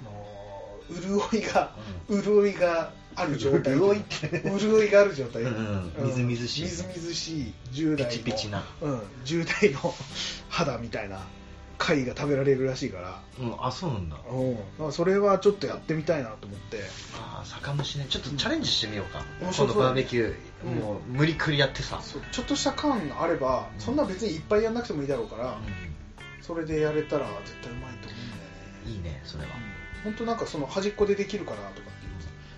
の潤いが
んうん
潤いがある状態
潤いって
潤いがある状態、
うんうんみずみずしい
みずみずしい10代
ピ
の
チピチな
うん、10代の肌みたいな貝が食べられるらしいから、
うんあそうなんだ
うん、だからそれはちょっとやってみたいなと思って
ああ酒蒸しねちょっとチャレンジしてみようか
面
今
白そう
度バーベキュー
うん
もう無理くりやってさ
そうちょっとした缶あればそんな別にいっぱいやんなくてもいいだろうから、
う
それでやれたら絶対うまいと思うんだよ
ん
ね
いいねそれは
本当なんかその端っこでできるからとかって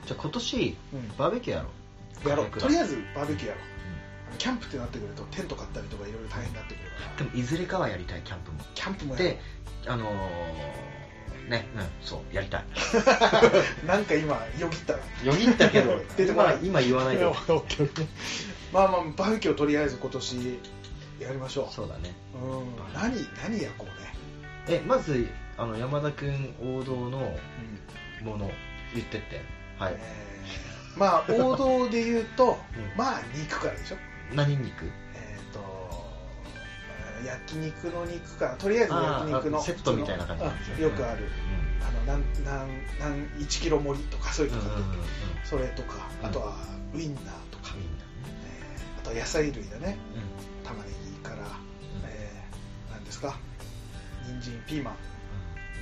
じゃあ今年
言う
バーベキューやろ
うん、やろうとりあえ
ず
ずバーベキューやろうキャンプってなってくるとテント買ったりとかいろいろ大変になってくるから
でもいずれかはやりたいキャンプも
キャンプもやろう
であのーねうんそうやりたい
なんか今よぎったな
よぎったけ [laughs] ど
出てこない
今今言わないと
まあまあバーベキューをとりあえず今年やりましょ
そうだね
ううん何何やこうね、
えまずあの山田君王道のもの言ってってはい
えーまあ王道で言うと、
うん
まあ肉からでしょ
何肉
えっ、とえー焼肉の肉からとりあえず焼肉の
あーあセットみたいな感じなんですね
うんよくある、
うん
あのなんなんなん1キロ盛りとかそういう
うん
の
うん
と
うん
か、
うん
それとか
うん
あとはウインナーとか、
神だ
え
ね
ーあとは野菜類だね
うん
玉ねぎから、
うん
えー、なんですか人参ピーマン
う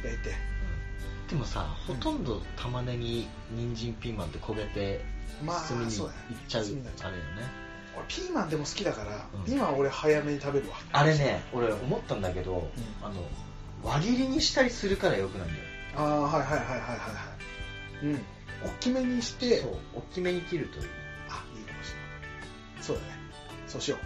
焼いて
んでもさほとんど玉ねぎ人参ピーマンって焦げて
まあ
包みに
そ
行
う
っ
だね
ちゃう
包みになっちゃ
あ
う
れよね
俺ピーマンでも好きだから、
うん
ピーマンは俺早めに食べるわ
あれね俺思ったんだけど、
うん
あの輪切りにしたりするからよくないんだよ
ああはいはいはいはいはいはいうん大きめにして
そう大きめに切るという、
あいいかもしれないそうだねそうしよう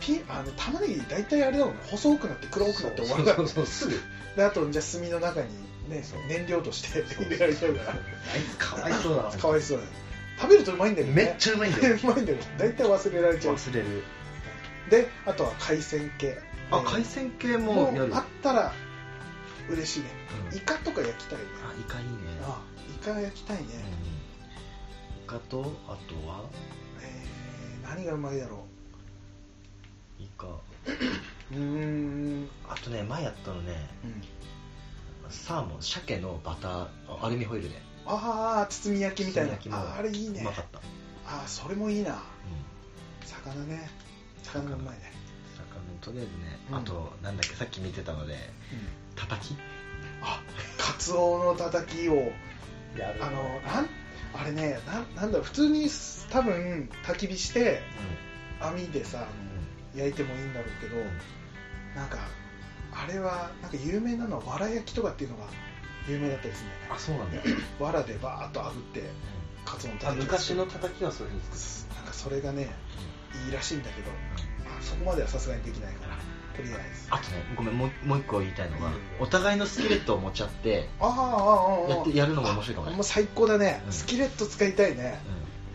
ピあの玉ねぎ大体あれだもんね細くなって黒くなって終わるか
そ
ら
うそうそうすぐ
であとじゃあ炭の中にね
そう
燃料として入れられちゃうか
あ
ら
いつかわいそうだな
かわいそうだね食べるとうまいんだけどね
めっちゃうまいんだよ
うまいんだけど大体忘れられちゃう
忘れる
であとは海鮮系
あ
えー
海鮮系も
も
やる
うあったら嬉しいね
うん
イカとか焼きたいね
あイカいいね
あイカ焼きたいね、
うんイカとあとは
えー何がうまいだろ
イカ
ううーん
あとね前やったのね
うん
サーモン鮭のバターあアルミホイルで
ああ包み焼きみたいな
包み焼きも
ああれいいうね
まかった、うん、
ああそれもいいな魚ね魚がうまいね、
魚とりあえずね、
うん
あとなんだっけさっき見てたのでたたき
あカツオのたたきを
や
あのなんあれねなんなんだろう普通に多分焚き火して網でさあの焼いてもいいんだろうけど、なんかあれはなんか有名なのはわら焼きとかっていうのが有名だったりするんだよね
あそうなんだ
わらでバーッと炙ってカツオのた
あ
たきを
昔のたたきはそういうふうに作
なんかそれがねいいらしいんだけどあそこまではさすがにできないからとりあえず
あとねごめんもうもう一個言いたいのが
いいよ
お互いのスキレットを持ち合って
ああああ
や
あ
ってやるのも面白いかも
あ
ね
もう最高だね、
うん
スキレット使いたいね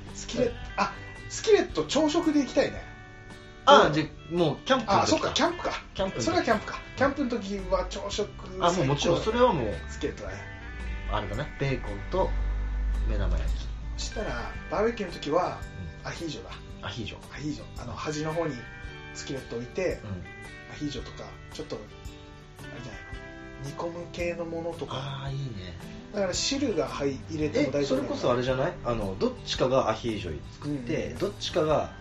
うん
スキレットあスキレット朝食で行きたいね
あじゃあもうキャンプの時
あそっかキャンプか
キャンプの時
それはキャンプかキャンプの時は朝食
あもうもちろんそれはもう
スキレットだね
あれだねベーコンと目玉焼き
そしたらバーベキューの時はアヒージョだ
アヒージョ
アヒージョあの端の方にスキレット置いて
うん
アヒージョとかちょっとあれじゃないの煮込む系のものとか
ああいいね
だから汁が入入れても
え
大丈
そ
夫
れこそあ
れ
れじゃないあのどっちかがアヒージョ作って、
うん
どっちかが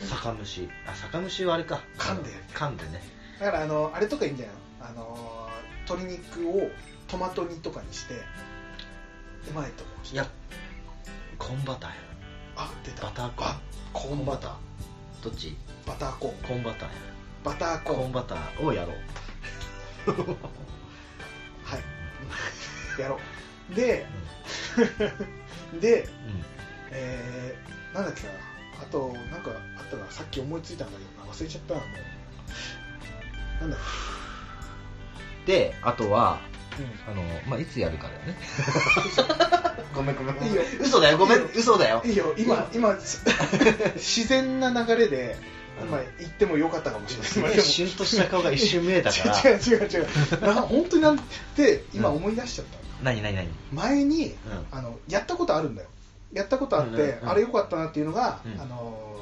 酒蒸しあ酒蒸しはあれか
噛んで
噛んでね
だからあのあれとかいいんじゃないのあのー鶏肉をトマト煮とかにしてうまいと思う
いやコンバターや
あ出た
バターコーン
あコーンバター
どっち
バターコーン
コンバターや
バターコーン
コンバターをやろう [laughs]
はいやろうでで
うん
えー、なんだっけなあとなんかあったらさっき思いついたんだけどな忘れちゃったなもうなんだろ
であとは
う、
あの、まあ、いつやるかだよねごめんごめんごめ
いいよ
ん嘘だよごめん
いいよ
嘘だよ
いいよ今今自然な流れで今言ってもよかったかもしれない
一瞬とした顔が一瞬見えた [laughs] から
[laughs] 違う違う違う違うな本当になんて今
うん
思い出しちゃった、
何何何
前に
うん
あのやったことあるんだよやったことあって、
うんうんうん
あれよかったなっていうのが、
うん
あの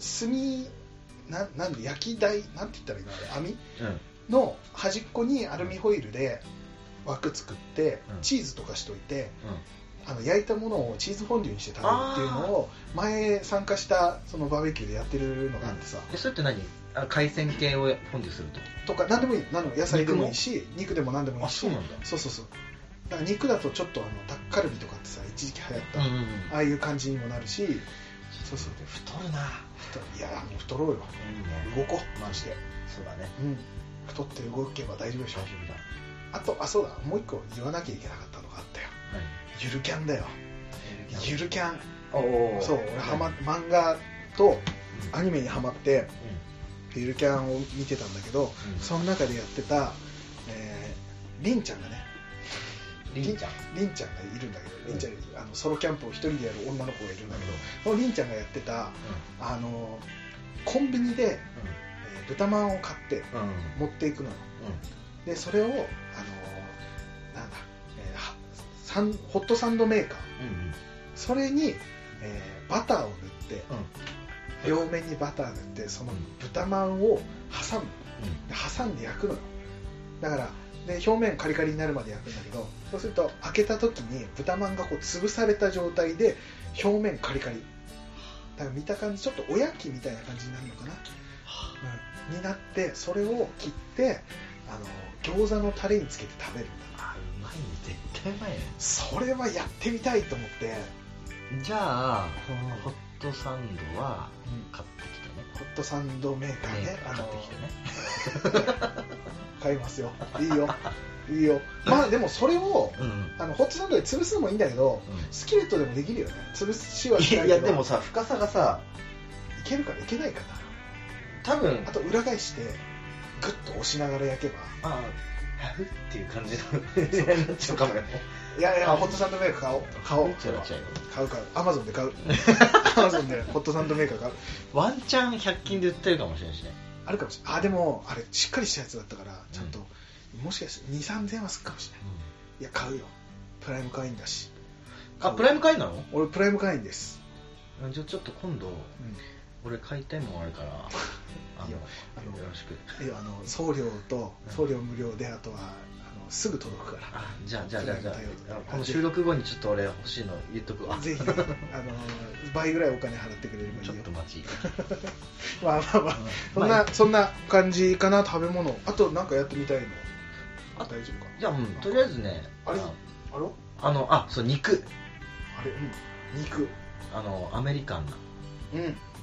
ー炭ななんで焼き台なんて言ったらいいのあれ網
うん
の端っこにアルミホイルで枠作って、
うん
チーズとかしといて
うん
あの焼いたものをチーズフォンデュにして食べるっていうのを前参加したそのバーベキューでやってるのがあってさ、
えそれって何あ海鮮系を本日する
と
と
か何でもいい何でも野菜でもいいし肉でも何でもいいし
あそうなんだ
そうそうそうだから肉だとちょっとあのダッカルビとかってさ一時期流行った、
うんうんうん
ああいう感じにもなるしそうそう
太るない
やーもう太ろうよ
いいね
動こうマジで、
そうだね
うん、太って動けば大丈夫でしょ
大丈夫
あ
だ
とあそうだもう一個言わなきゃいけなかったのがあったよゆるキャンだよゆるキャン
おお
そう俺はま漫画とアニメにハマってゆるキャンを見てたんだけど、
うん
その中でやってた、えー、りんちゃんがね
りんちゃん
りんちゃんがいるんだけど、りんちゃん
う
あのソロキャンプを一人でやる女の子がいるんだけど、そのりんちゃんがやってたあのコンビニで、えー豚まんを買って
うんう
持
ん
っていくのよでそれをあのなんだ、えーはサンホットサンドメーカー
うん
それに、えーバターを塗って、
うん
両面にバター塗ってその豚まんを挟む
う
で挟んで焼くのよだからで表面カリカリになるまで焼くんだけどそうすると開けた時に豚まんがこう潰された状態で表面カリカリだから見た感じちょっとおやきみたいな感じになるのかな、うん、になってそれを切ってあの餃子のタレにつけて食べるんだ
あうまいね絶対うまいね
それはやってみたいと思って、
じゃあ
うん
ホットサンドは
ホ
買ってきてね
ットサンドメーカーね
ね
あ
買
の
ってきてね
買いますよいいよいいよまあでもそれを
うんうん
あのホットサンドで潰すのもいいんだけどスキレットでもできるよね潰しはし
い
な
や
いけ
い
ど
やでもさ深さがさ
いけるかないけないか
多分
なあと裏返してグッと押しながら焼けば
ああふっていう感じのなっちゃうかもよ
いやいや
あ
ホットサンドメーカー買おう買おう
ちゃらちゃよ
買う買うアマゾンで買 [laughs] うアマゾンでホットサンドメーカー買う
ワンチャン100均で売ってるかもしれないしね
あるかもしれないあでもあれしっかりしたやつだったからちゃんと、もしかして23000円はするかもしれないいや買うよプライム会員だし
あプライム会員なの
俺プライム会員です、
じゃあちょっと今度
うん
俺買いたいもんあるからあ
いいよ
のよ
あの
ろしく
いやあの送料と
うん
送料無料であとはあのすぐ届くから
あじゃあじゃあじゃあじゃ
プライム対応
ああこの収録後にちょっと俺欲しいの言っとくわ
ぜひあの倍ぐらいお金払ってくれればいい
ちょ
よ
っと待ち
まあまあまあそん
ま
なそんな感じかな食べ物あとなんかやってみたいの
あ
大丈夫か
じゃあうんとりあえずね
あれあれ
あのあそう肉
あれうん肉
あのアメリカンな
うん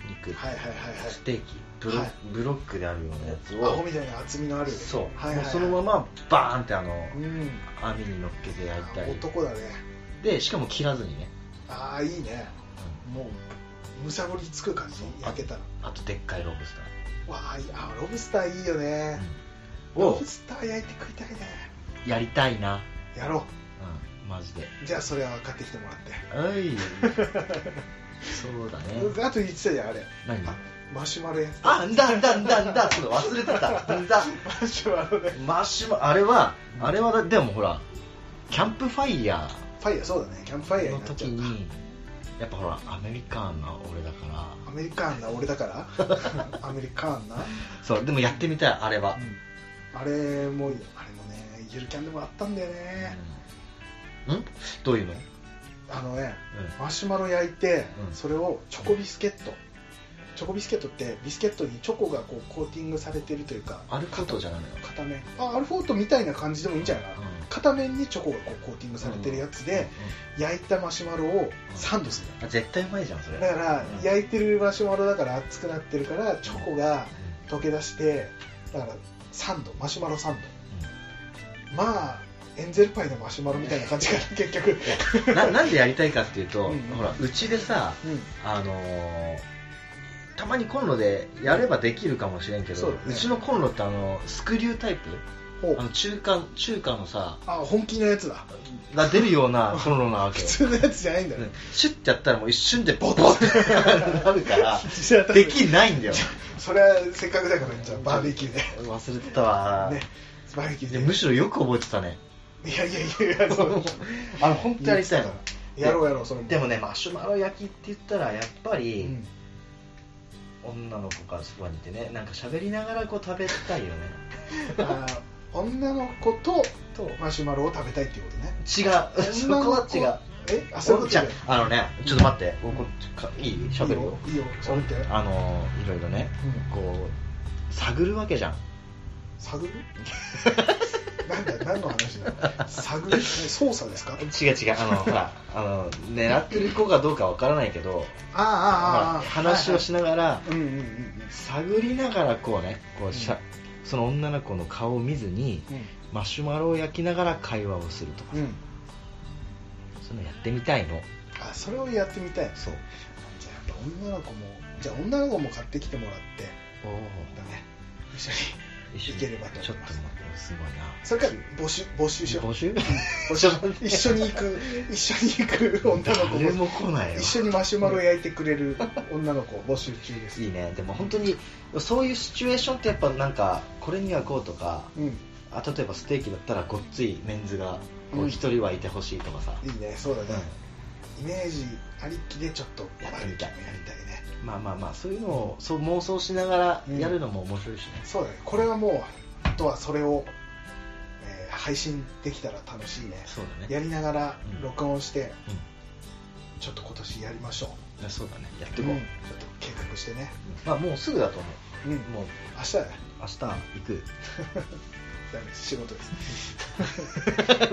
肉
はいはいはいはい
ステーキブロ
はい
ブロックであるようなやつ
アホ
を
みたいな厚みのある
そう
はいはいはい
もうそのままバーンってあの
うん
網に乗っけて焼いたり
男だね
でしかも切らずにね
ああいいねもうむさぼりつく感じ
そう
焼けたら
あとでっかいロブスター
わあいやロブスターいいよね、ロ
を
ブスター焼いて食いたいね
やりたいな、
やろ
うん、マジで
うじゃあそれは買ってきてもらって
お
[laughs]
いそうだね
あと言ってたじゃんあれ
何
あマシュマロやつ
あんだんだんだんだそうだ忘れてたんだ
マシュマロね
マシュマあれはあれはだでもほらキャンプファイヤ
ファイヤーそうだねキャンプファイ
ー
ヤー
の
になっち
時
ゃった
にやっぱほらアメリカンな俺だから
アメリカンな俺だから
[laughs]
アメリカンな、
そうでもやってみたいあれは、
あれもあれもねゆるキャンでもあったんだよね、
うん、どういうの、うん、
あのねマシュマロ焼いて、
うん
それをチョコビスケットチョコビスケットってビスケットにチョコがこうコーティングされてるというか
アルカトじゃないのよ
片面あアルフォートみたいな感じでもいいんじゃないかな、
うん
片面にチョコがこうコーティングされてるやつで、焼いたマシュマロをサンドする
うんあ絶対うまいじゃんそれ
だから、
うん
焼いてるマシュマロだから熱くなってるからチョコが溶け出してだからサンドマシュマロサンドまあエンゼルパイのマシュマロみたいな感じかな結局
う
[laughs]
んななんでやりたいかっていうと、
うん
ほらうちでさ
うん
あのーたまにコンロでやればできるかもしれんけど、
そう
う
だね
ちのコンロってあのスクリュータイプ
ほう
あの中華中華の [laughs] さ
あ本気のやつだ
が出るようなコンロなわけ
普
よ
通のやつじゃないんだよ、
うんシュッてやったらもう一瞬でボボってなる [laughs] から
実際
できないんだよ
それはせっかくだからじゃあバーベキューで
忘れてたわ、
ねバーベキュー
い
で
やむしろよく覚えてたね
いやいやいやいやそう
あの本当にやり [laughs] たいの
やろうやろうそれも
でもねマシュマロ焼きって言ったらやっぱ
う
り
ん
女の子がそばにいてねなんか喋りながらこう食べたいよね
あー女の子と
と違う
マシュマロを食べたいっていうことね
そこは違う
えあそういうこと
じゃ
ね
ああのねちょっと待って、こうかいい喋るよ
いいよいいよ喋って
あのーいろいろね、
うん
こう探るわけじゃん
探 [laughs] るなんだ何の話だ探る操作ですかあー
違う違
[laughs]
うあのほらあの狙ってる子かどうかわからないけど
あーあーあ
ほら
ー
話をしながら、
はいはいうんうんうんうん
探りながらこうねこうしゃ、
うん
その女の子の顔を見ずにマシュマロを焼きながら会話をするとか
うんうん
そういうのやってみたいの
あそれをやってみたい
そう
じゃあやっぱ女の子もじゃあ女の子も買ってきてもらって
お
だね一緒に
一緒に
いければと思います
ちょっと待ってすごいな
それから募集募集しよう [laughs]
募集
募集一緒に行く一緒に行く女の子
誰
も
も来ないよ
一緒にマシュマロ焼いてくれる女の子を募集中です
いいねでも本当にそういうシチュエーションってやっぱなんかこれにはこうとか
うんい
あ例えばステーキだったらごっついメンズがこ
う
うん一人はいてほしいとかさ、
いねそうだね、
う
イメージありきでちょっと
やってみたい
やりたいね
んまあまあまあそういうのをそう妄想しながらやるのも面白いしね、
そうだねこれはもうあとはそれを、えー配信できたら楽しいね
そうだね
やりながら
うん
録音して、
うん
ちょっと今年やりましょ
いやそうだねやっ
う、
てこう、
うんちょっと計画してね
まあもうすぐだと思
うん
うもう
明日だね
明日行
[laughs]
く
ダメです仕事で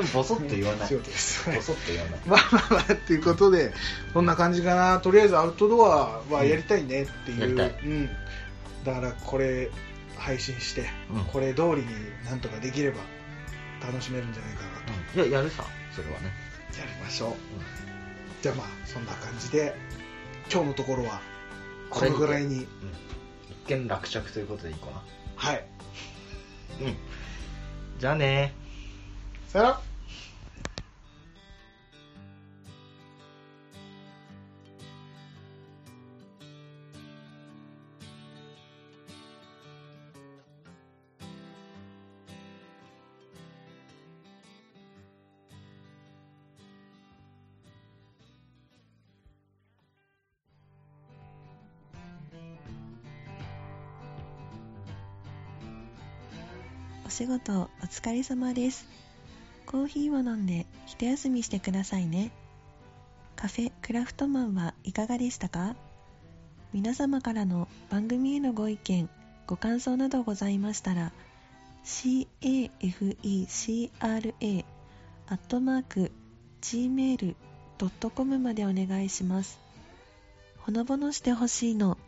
す
ボソッと言わない
仕
ボ
事です
ソッと言わない
まあまあまあっていうことでそんな感じかなとりあえずアウトドアはやりたいねっていう、
うんやりた
うん、だからこれ配信して、
うん
これ通りになんとかできれば楽しめるんじゃないかなと、
うんいややるさそれはね、
やりましょうじゃあまあそんな感じで今日のところはこのぐらいに
うん一見落着ということでいいかな
はい
うんじゃあね
さよなら
お仕事お疲れ様ですコーヒーを飲んで一休みしてくださいねカフェクラフトマンはいかがでしたか皆様からの番組へのご意見ご感想などございましたら cafecra アットマーク gmail.com までお願いしますほのぼのしてほしいの